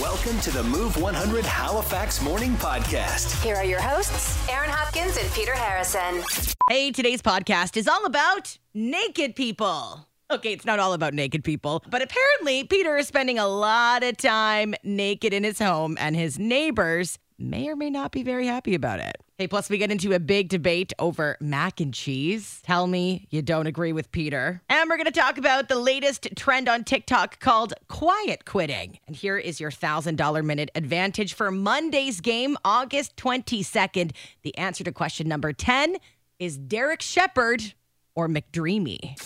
Welcome to the Move 100 Halifax Morning Podcast. Here are your hosts, Aaron Hopkins and Peter Harrison. Hey, today's podcast is all about naked people. Okay, it's not all about naked people, but apparently Peter is spending a lot of time naked in his home, and his neighbors may or may not be very happy about it. Hey, plus, we get into a big debate over mac and cheese. Tell me you don't agree with Peter. And we're going to talk about the latest trend on TikTok called quiet quitting. And here is your $1,000 minute advantage for Monday's game, August 22nd. The answer to question number 10 is Derek Shepard or McDreamy?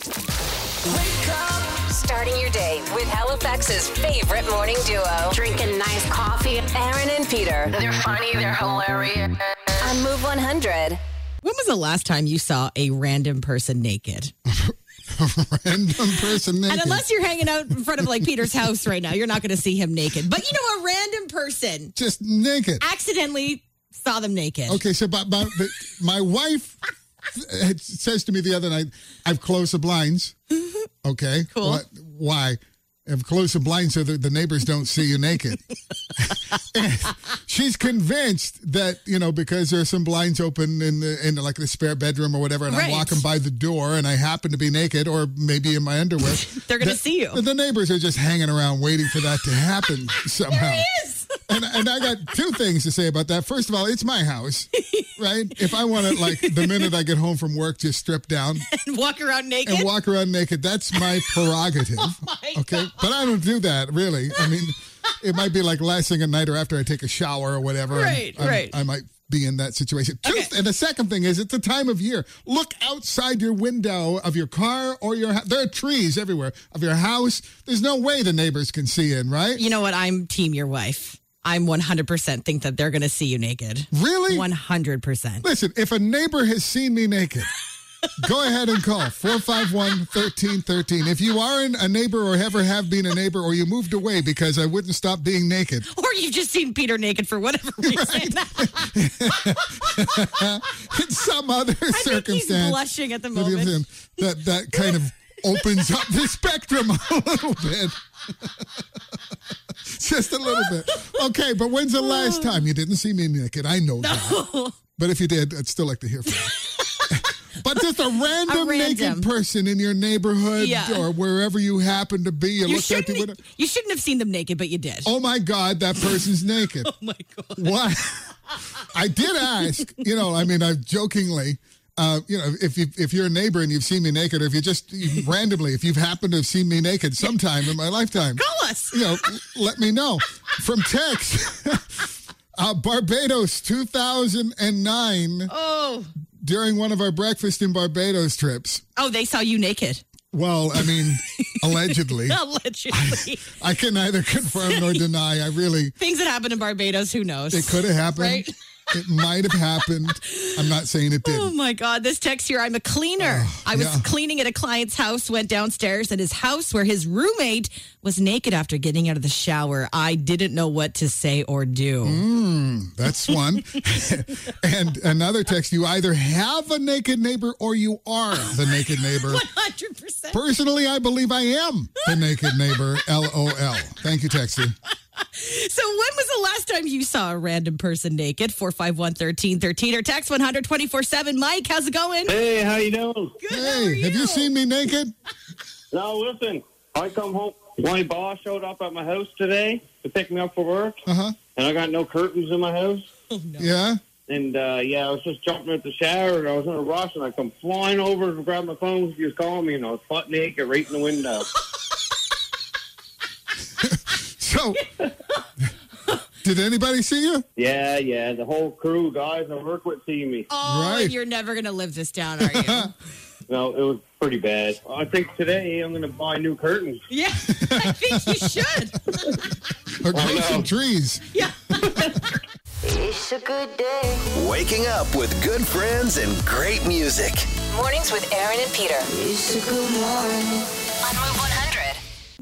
Starting your day with Halifax's favorite morning duo. Drinking nice coffee. Aaron and Peter They're funny, they're hilarious. on Move 100. When was the last time you saw a random person naked? random person naked. And unless you're hanging out in front of like Peter's house right now, you're not going to see him naked. But you know, a random person just naked. accidentally saw them naked. Okay, so but, but, but my wife had- says to me the other night, "I've closed the blinds." Okay, Mm-hmm. Cool. why? I've closed the blinds so that the neighbors don't see you naked. and she's convinced that you know because there are some blinds open in the in like the spare bedroom or whatever, and Right. I'm walking by the door and I happen to be naked or maybe in my underwear. They're gonna that- see you. The neighbors are just hanging around waiting for that to happen somehow and, and I got two things to say about that. First of all, it's my house, right? If I want to, like, the minute I get home from work, just strip down And walk around naked. and walk around naked, that's my prerogative. Oh okay. But I don't do that, really. I mean, it might be like last thing at night or after I take a shower or whatever. I'm- Right, I'm- right. I might be in that situation. Two- Okay. And the second thing is, it's the time of year. Look outside your window of your car or your house. There are trees everywhere of your house. There's no way the neighbors can see in, right? you know what? I'm team your wife. I'm 100% think that they're going to see you naked. Really? 100%. Listen, if a neighbor has seen me naked, go ahead and call 451 1313. If you are an- a neighbor or ever have been a neighbor or you moved away because I wouldn't stop being naked, Or you've just seen Peter naked for whatever reason. in some other I think he's circumstance, blushing at the that you've moment. seen, that, that kind of opens up the spectrum a little bit. Just a little bit. Okay, but when's the last time you didn't see me naked? I know that. But if you did, I'd still like to hear from you. But just a random. random, naked person in your neighborhood Yeah. or wherever you happen to be, you, e- You looked at the shouldn't, window. you shouldn't have seen them naked, but you did. Oh my God, that person's naked. Oh my God. What? I did ask. You know, I mean, I jokingly. Uh, you know, if you if you're a neighbor and you've seen me naked, or if you just you- randomly, if you've happened to have seen me naked sometime in my lifetime, Call us. you know, let me know from text. uh, Barbados 2009 Oh. during one of our breakfast in Barbados trips. Oh, they saw you naked. Well, I mean, allegedly, Allegedly. I can neither confirm nor deny. I really Things that happened in Barbados, who knows? It could have happened. Right? It might have happened. I'm not saying it Oh didn't. my God, this text here. I'm a cleaner. I was yeah. cleaning at a client's house, went downstairs at his house where his roommate was naked after getting out of the shower. I didn't know what to say or do. That's one. and another text you either have a naked neighbor or you are the naked neighbor. 100%. Personally, I believe I am the naked neighbor. LOL. Thank you, Texty. So, when was the last time you saw a random person naked? 451 1313 or text 124 7. Mike, how's it going? Hey, how you doing? Good. how are Hey, have you seen me naked? Now listen, I come home. My boss showed up at my house today to pick me up for work, Uh huh. and I got no curtains in my house. Yeah. And uh, yeah, I was just jumping at the shower, and I was in a rush, and I come flying over to grab my phone. She was calling me, and I was butt naked right in the window. So, did anybody see you? yeah, yeah, the whole crew, guys I work with, see me. Oh, Right. you're never going to live this down, are you? No, it was pretty bad. I think today I'm going to buy new curtains. yeah, I think you should. Or grow some trees? Yeah. It's a good day. Waking up with good friends and great music. Mornings with Aaron and Peter. It's a good morning. On Move 100.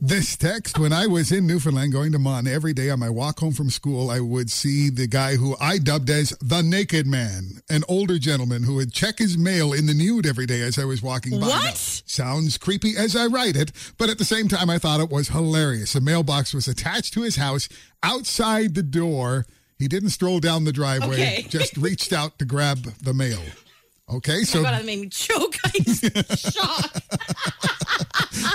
this text. When I was in Newfoundland going to Mon every day on my walk home from school, I would see the guy who I dubbed as the naked man, an older gentleman who would check his mail in the nude every day as I was walking by. What? Sounds creepy as I write it, but at the same time, I thought it was hilarious. A mailbox was attached to his house outside the door. He didn't stroll down the driveway, Okay. just reached out to grab the mail. Okay, so Oh God, that made me choke. I'm shocked.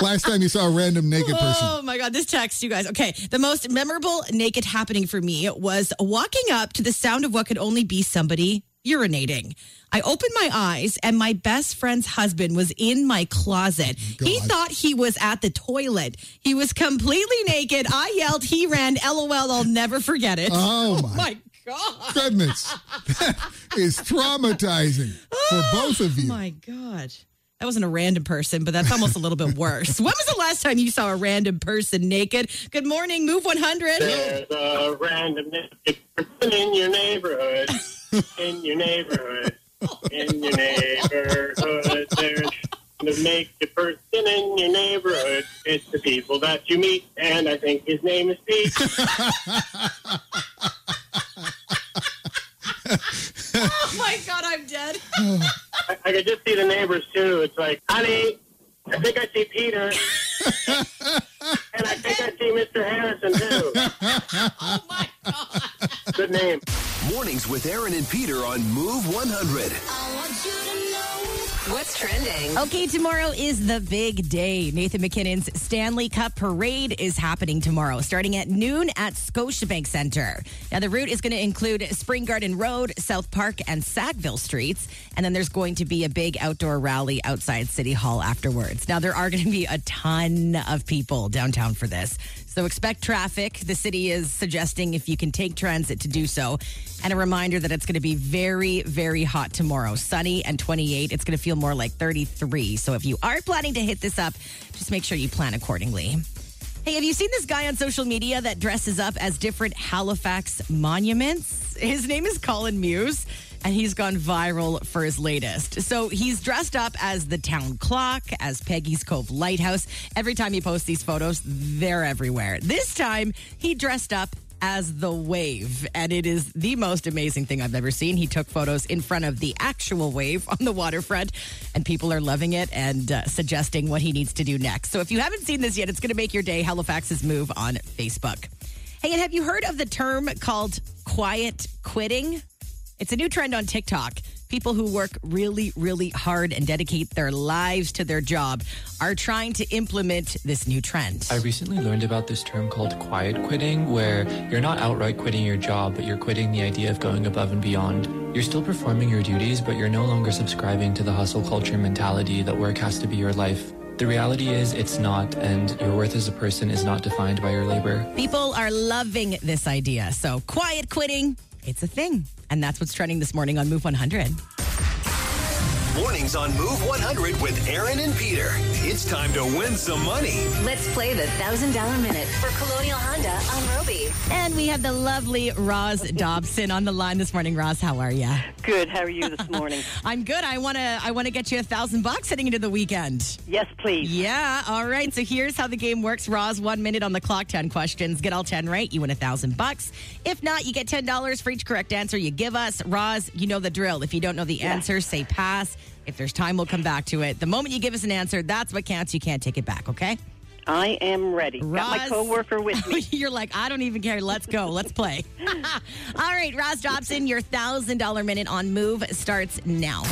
last time you saw a random naked person. Oh my God, this text, you guys. Okay. The most memorable naked happening for me was walking up to the sound of what could only be somebody urinating. I opened my eyes and my best friend's husband was in my closet. He Oh God. thought he was at the toilet. He was completely naked. I yelled, he ran, LOL, I'll never forget it. Oh, my my God. goodness. That is traumatizing for both of Oh you. my God. That wasn't a random person, but that's almost a little bit worse. When was the last time you saw a random person naked? Good morning, Move 100. There's a random naked person in your neighborhood. In your neighborhood. In your neighborhood. There's the naked person in your neighborhood. It's the people that you meet, and I think his name is Pete. Oh my God, I'm dead. I, I could just see the neighbors too. It's like, honey, I think I see Peter. and I think I see Mr. Harrison too. oh my god. Good name. Mornings with Aaron and Peter on Move 100. What's trending? Okay, tomorrow is the big day. Nathan McKinnon's Stanley Cup Parade is happening tomorrow, starting at noon at Scotiabank Center. Now, the route is going to include Spring Garden Road, South Park, and Sackville Streets. And then there's going to be a big outdoor rally outside City Hall afterwards. Now, there are going to be a ton of people downtown for this. So expect traffic. The city is suggesting if you can take transit to do so. And a reminder that it's going to be very, very hot tomorrow. Sunny and 28. It's going to feel more like 33. So if you are planning to hit this up, just make sure you plan accordingly. Hey, have you seen this guy on social media that dresses up as different Halifax monuments? His name is Colin Muse, and he's gone viral for his latest. So he's dressed up as the town clock, as Peggy's Cove Lighthouse. Every time he posts these photos, they're everywhere. This time, he dressed up as the wave and it is the most amazing thing i've ever seen he took photos in front of the actual wave on the waterfront and people are loving it and uh, suggesting what he needs to do next so if you haven't seen this yet it's going to make your day halifax's move on facebook hey and have you heard of the term called quiet quitting it's a new trend on TikTok. People who work really, really hard and dedicate their lives to their job are trying to implement this new trend. I recently learned about this term called quiet quitting, where you're not outright quitting your job, but you're quitting the idea of going above and beyond. You're still performing your duties, but you're no longer subscribing to the hustle culture mentality that work has to be your life. The reality is, it's not, and your worth as a person is not defined by your labor. People are loving this idea. So, quiet quitting, it's a thing. And that's what's trending this morning on Move 100. Mornings on Move 100 with Aaron and Peter. It's time to win some money. Let's play the $1,000 minute for Colonial Honda on Roby. And we have the lovely Roz Dobson on the line this morning. Roz, how are you? Good. How are you this morning? I'm good. I want to I want to get you a 1000 bucks heading into the weekend. yes, please. Yeah, all right. So here's how the game works. Roz, one minute on the clock, 10 questions. Get all 10 right, you win a 1000 bucks. If not, you get $10 for each correct answer you give us. Roz, you know the drill. If you don't know the answer, say pass. If there's time, we'll come back to it. The moment you give us an answer, that's what counts. You can't take it back, okay? I am ready. Got my Roz- coworker with me. You're like, I don't even care. Let's go. Let's play. All right, Roz Dobson, your $1,000 minute on move starts now.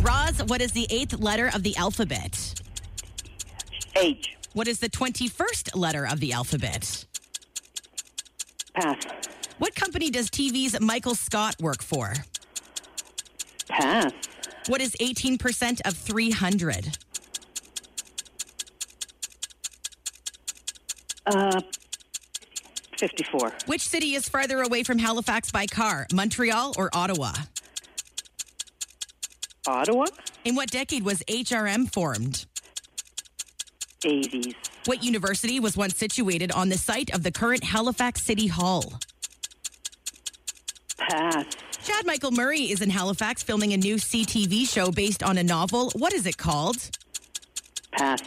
Roz, what is the eighth letter of the alphabet? H. What is the 21st letter of the alphabet? Pass. What company does TV's Michael Scott work for? Pass. What is 18% of 300? Uh, 54. Which city is farther away from Halifax by car, Montreal or Ottawa? Ottawa. In what decade was HRM formed? 80s. What university was once situated on the site of the current Halifax City Hall? Pass. Chad Michael Murray is in Halifax filming a new CTV show based on a novel. What is it called? Pass.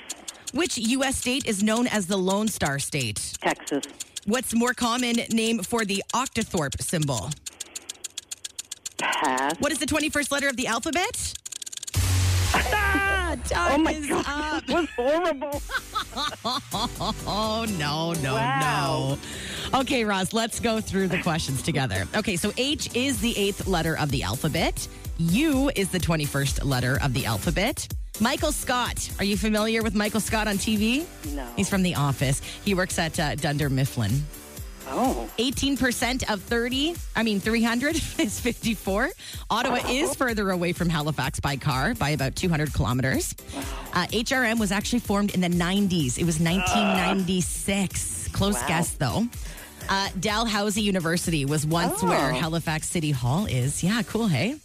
Which U.S. state is known as the Lone Star State? Texas. What's more common name for the octothorpe symbol? Pass. What is the 21st letter of the alphabet? Ah, time Oh my is God. up. That was horrible. Oh, no, no, Wow. no. Okay, Roz, let's go through the questions together. Okay, so H is the eighth letter of the alphabet. U is the 21st letter of the alphabet. Michael Scott. Are you familiar with Michael Scott on TV? No. He's from The Office. He works at uh, Dunder Mifflin. Oh. 18% of 30, I mean 300 is 54. Ottawa is further away from Halifax by car by about 200 kilometers. Uh, HRM was actually formed in the 90s. It was 1996. Close Wow. guess though. Uh, Dalhousie University was once Oh. where Halifax City Hall is. Yeah, cool, hey?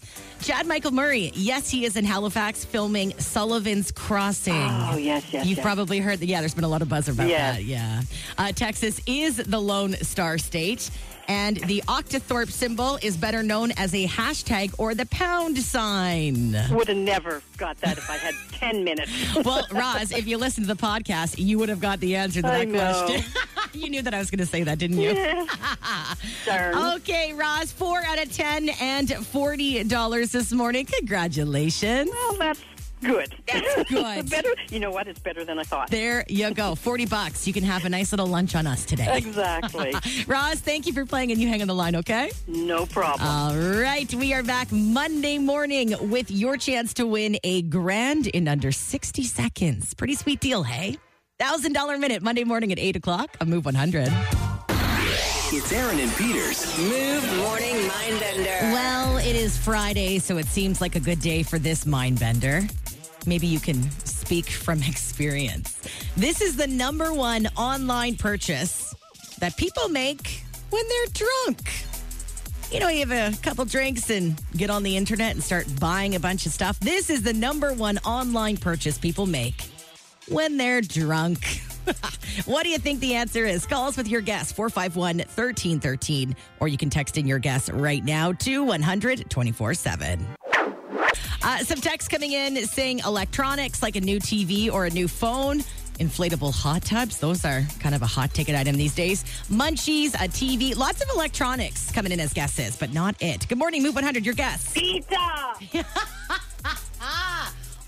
Chad Michael Murray, yes, he is in Halifax filming Sullivan's Crossing. Oh, yes, yes. You've yes. probably heard that. Yeah, there's been a lot of buzz about Yes. that. Yeah. Uh, Texas is the Lone Star State. And the octothorpe symbol is better known as a hashtag or the pound sign. Would have never got that if I had 10 minutes. Well, Roz, if you listened to the podcast, you would have got the answer to that I know. question. you knew that I was going to say that, didn't you? Darn. Okay, Roz, four out of 10 and $40 this morning. Congratulations. Well, that's good. That's good. better. You know what? It's better than I thought. There you go. 40 bucks. You can have a nice little lunch on us today. Exactly. Roz, thank you for playing and you hang on the line, okay? no problem. All right, we are back Monday morning with your chance to win a grand in under 60 seconds. Pretty sweet deal, hey? $1,000 minute Monday morning at 8 o'clock on Move 100. It's Aaron and Peter's Move morning mindbender. Well, it is Friday, so it seems like a good day for this mind bender. Maybe you can speak from experience. This is the number one online purchase that people make when they're drunk. You know, you have a couple drinks and get on the internet and start buying a bunch of stuff. This is the number one online purchase people make when they're drunk. what do you think the answer is? Call us with your guess, 451 1313, or you can text in your guess right now to 100 24 7. Uh, some text coming in saying electronics like a new TV or a new phone. Inflatable hot tubs, those are kind of a hot ticket item these days. Munchies, a TV, lots of electronics coming in as guesses, but not it. Good morning, Move 100, your guess. Pizza.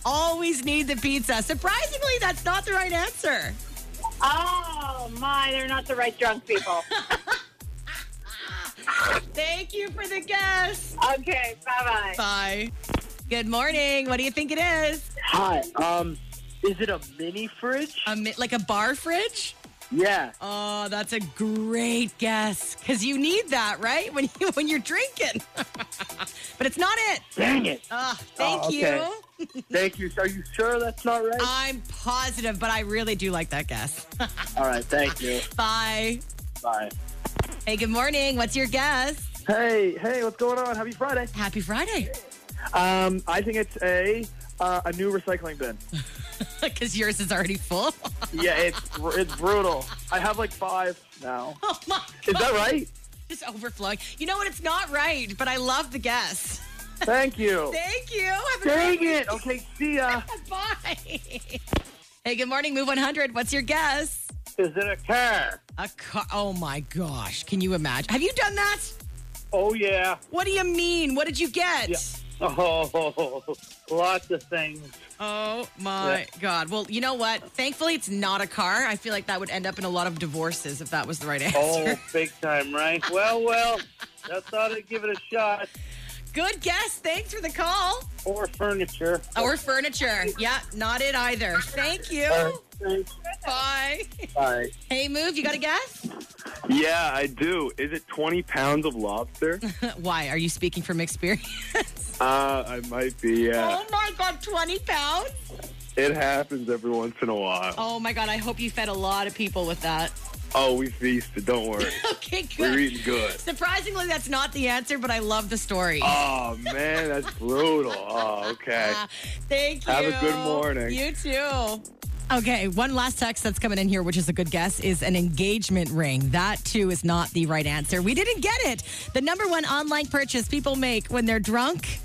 Always need the pizza. Surprisingly, that's not the right answer. Oh my, they're not the right drunk people. Thank you for the guess. okay, bye bye. Bye. Good morning. What do you think it is? Hi. Um, is it a mini fridge? A mi- like a bar fridge? Yeah. Oh, that's a great guess because you need that, right? When you when you're drinking. but it's not it. Dang it. Ah, thank Oh, okay. you. Thank you. Are you sure that's not right? I'm positive, but I really do like that guess. All right. Thank you. Bye. Bye. Hey, good morning. What's your guess? Hey, hey, what's going on? Happy Friday. Happy Friday. Um, I think it's a uh, a new recycling bin. Because yours is already full. yeah, it's br- it's brutal. I have like five now. oh my Is that right? It's overflowing. You know what? It's not right, but I love the guess. Thank you. Thank you. Have a Dang great it. Okay. See ya. Bye. hey, good morning, Move 100. What's your guess? Is it a car? A car. Oh my gosh. Can you imagine? Have you done that? Oh yeah. What do you mean? What did you get? Yeah. Oh, lots of things. Oh my Yeah. God. Well, you know what? Thankfully, it's not a car. I feel like that would end up in a lot of divorces if that was the right answer. Oh, big time, right? Well, well, I thought I'd give it a shot. Good guess. Thanks for the call. Or furniture. Or furniture. Yeah, not it either. Thank you. Bye. Bye. Hey, Move, you got a guess? Yeah, I do. Is it 20 pounds of lobster? Why? Are you speaking from experience? uh, I might be, yeah. Oh my God, 20 pounds? It happens every once in a while. Oh my God, I hope you fed a lot of people with that. Oh, we feasted. Don't worry. Okay, We're good. eating good. Surprisingly, that's not the answer, but I love the story. Oh, man, that's brutal. Oh, okay. Ah, Thank you. Have a good morning. You too. Okay, one last text that's coming in here, which is a good guess, is an engagement ring. That too is not the right answer. We didn't get it. The number one online purchase people make when they're drunk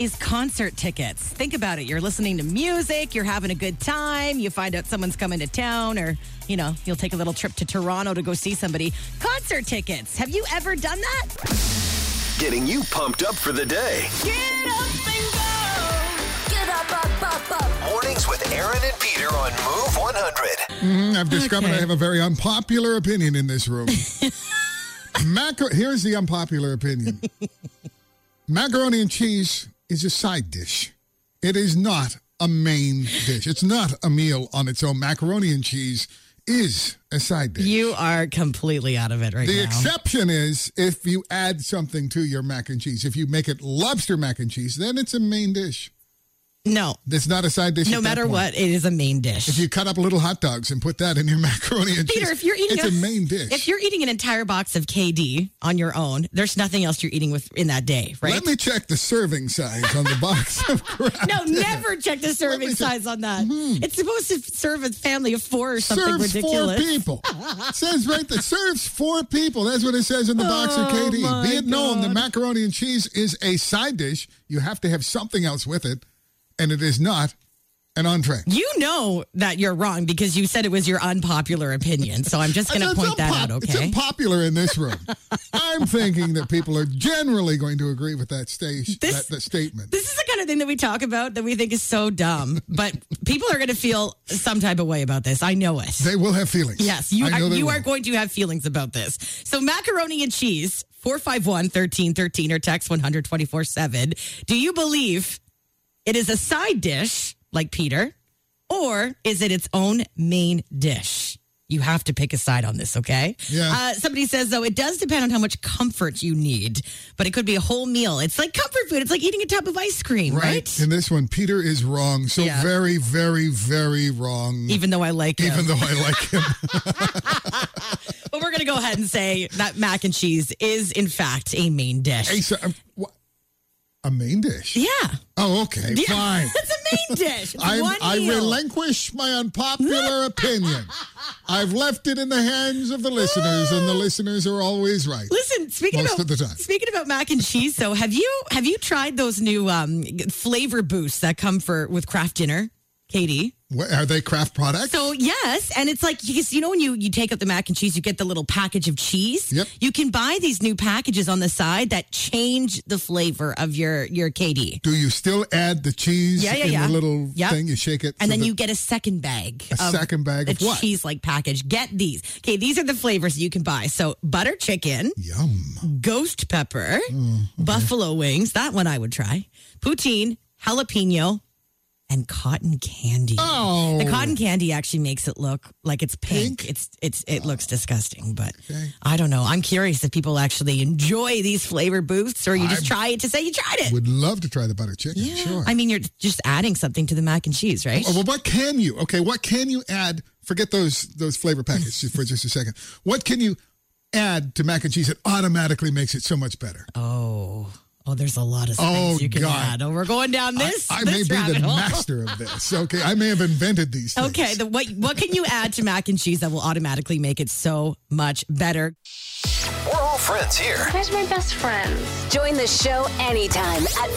is concert tickets. Think about it. You're listening to music, you're having a good time, you find out someone's coming to town, or, you know, you'll take a little trip to Toronto to go see somebody. Concert tickets. Have you ever done that? Getting you pumped up for the day. Get up and go. Get up, up, up, up. Mornings with Aaron and Peter on Move 100. Mhm, I've discovered I have a very unpopular opinion in this room. Macar- Here's the unpopular opinion macaroni and cheese is a side dish, it is not a main dish. It's not a meal on its own. Macaroni and cheese is a side dish. You are completely out of it right the now. exception is if you add something to your mac and cheese. If you make it lobster mac and cheese, then it's a main dish. No. It's not a side dish. No at that matter point. what, it is a main dish. If you cut up little hot dogs and put that in your macaroni and Peter, cheese, if you're eating it's a, main dish. If you're eating an entire box of KD on your own, there's nothing else you're eating with in that day, right? Let me check the serving size on the box of crap. no, never check the serving size on that. It's supposed to serve a family of four or something Mm-hmm. serves ridiculous. four people. It says right there, serves four people. That's what it says in the box of Oh, KD. my Be it known, the macaroni and cheese is a side dish. You have to have something else with it, and it is not an entree. You know that you're wrong because you said it was your unpopular opinion. So I'm just going to It's point that out, unpop- It's okay? unpopular in this room. I'm thinking that people are generally going to agree with that, stage, This- that, that statement. This is the kind of thing that we talk about that we think is so dumb, but people are going to feel some type of way about this. I know it. They will have feelings. Yes, you I know are, they you will. are going to have feelings about this. So macaroni and cheese, 451-1313 or text 124-7. Do you believe it is a side dish like Peter or is it its own main dish? You have to pick a side on this, okay? Yeah. Uh, somebody says, though, it does depend on how much comfort you need, but it could be a whole meal. It's like comfort food. It's like eating a tub of ice cream, right? In this one, Peter is wrong. So Yeah. very, very, very wrong. Even though I like it. Even though I like him. But we're going to go ahead and say that mac and cheese is, in fact, a main dish. Hey, so, um, what- a main dish. Yeah. Oh, okay. Yeah. Fine. It's a main dish. It's I, one I meal. relinquish my unpopular opinion. I've left it in the hands of the listeners, and the listeners are always right. Listen, speaking Most about of the time. speaking about mac and cheese, though, have you have you tried those new um, flavor boosts that come for with craft dinner, Katie? What, are they craft products? So yes, and it's like because you know when you you take up the mac and cheese, you get the little package of cheese. Yep. You can buy these new packages on the side that change the flavor of your your KD. Do you still add the cheese Yeah, yeah, in yeah. the little Yep. thing? You shake it, and so then that- you get a second bag. A second bag of the what? cheese like package. Get these. Okay, these are the flavors you can buy. So butter chicken, yum. ghost pepper, Mm, buffalo wings. That one I would try. Poutine, jalapeno, and cotton candy. Oh. The cotton candy actually makes it look like it's pink. Pink? It's it's it looks disgusting, but Okay. I don't know. I'm curious if people actually enjoy these flavor boosts or you just I try it to say you tried it. Would love to try the butter chicken. Sure. I mean, you're just adding something to the mac and cheese, right? Oh, well, what can you? Okay, what can you add? Forget those those flavor packets just- for just a second. What can you add to mac and cheese that automatically makes it so much better? Oh, oh, there's a lot of Oh, things you can God. add. Oh, we're going down this. I may this be rabbit the hole. master of this. Okay, I may have invented these. Things. Okay, the, what what can you add to mac and cheese that will automatically make it so much better? We're all friends here. Where's my best friends? Join the show anytime at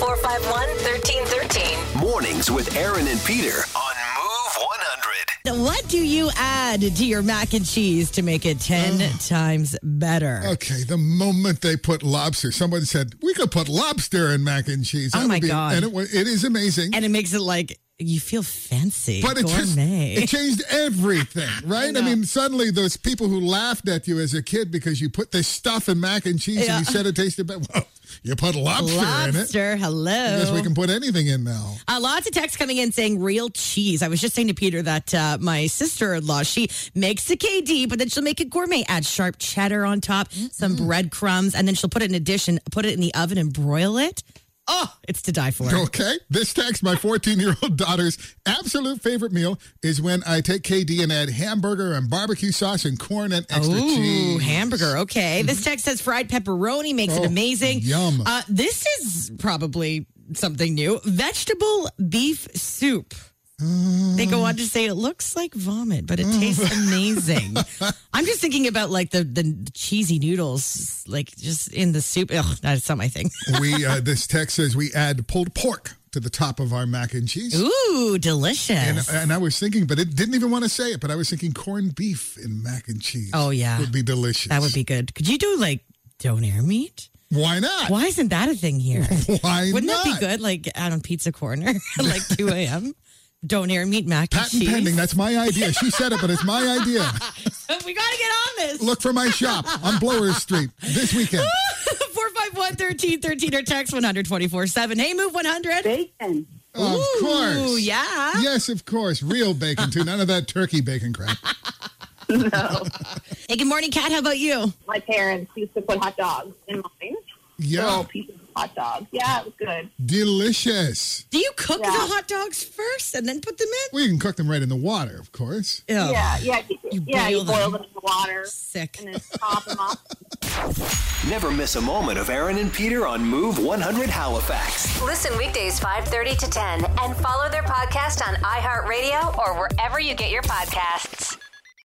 451-1313. Mornings with Aaron and Peter on Move 100. What do you add to your mac and cheese to make it ten times better? Okay, the moment they put lobster, someone said we could put lobster in mac and cheese. Oh, That my would be, God. And it, wa- it is amazing. And it makes it like you feel fancy, but it just gourmet. it changed everything, right? I, know. mean, suddenly those people who laughed at you as a kid because you put this stuff in mac and cheese Yeah. and you said it tasted better. Well, you put lobster, in it. Lobster, I guess hello. we can put anything in now. Uh, lots of texts coming in saying real cheese. I was just saying to Peter that uh, my sister in law, she makes the KD, but then she'll make it gourmet, add sharp cheddar on top, some breadcrumbs, and then she'll put it in addition, put it in the oven and broil it. Oh, it's to die for. Okay. This text, my 14 year old daughter's absolute favorite meal is when I take KD and add hamburger and barbecue sauce and corn and extra Ooh, cheese. Mm-hmm. hamburger. Okay. This text says fried pepperoni makes Oh, it amazing. yum. Uh, this is probably something new. Vegetable beef soup. They go on to say it looks like vomit, but it Mm. tastes amazing. I'm just thinking about like the, the cheesy noodles, like just in the soup. Ugh, that's not my thing. we uh, this text says we add pulled pork to the top of our mac and cheese. Ooh, delicious. And, uh, and I was thinking, but it didn't even want to say it. But I was thinking corned beef in mac and cheese. Oh, yeah. would be delicious. That would be good. Could you do like donair meat? Why not? Why isn't that a thing here? Why Wouldn't not? that be good? Like out on Pizza Corner at like 2 a.m. Donair meat mac and Patent cheese. pending. That's my idea. She said it, but it's my idea. we got to get on this. Look for my shop on Blower Street this weekend. 451 1313 or text 124 7. Hey, move 100. Bacon. Of course. yeah. Yes, of course. Real bacon, too. None of that turkey bacon crap. Hey, good morning, Kat. How about you? My parents used to put hot dogs in mine. Yeah. Little pieces of Oh, hot dogs. Yeah, it was good. Delicious. Do you cook Yeah. the hot dogs first and then put them in? We can cook them right in the water, of course. Ew. Yeah, yeah, Oh, You yeah. boil you boil them. them in the water. Sick. And then pop them up. Never miss a moment of Aaron and Peter on Move 100 Halifax. Listen weekdays 5:30 to 10 and follow their podcast on iHeartRadio or wherever you get your podcasts.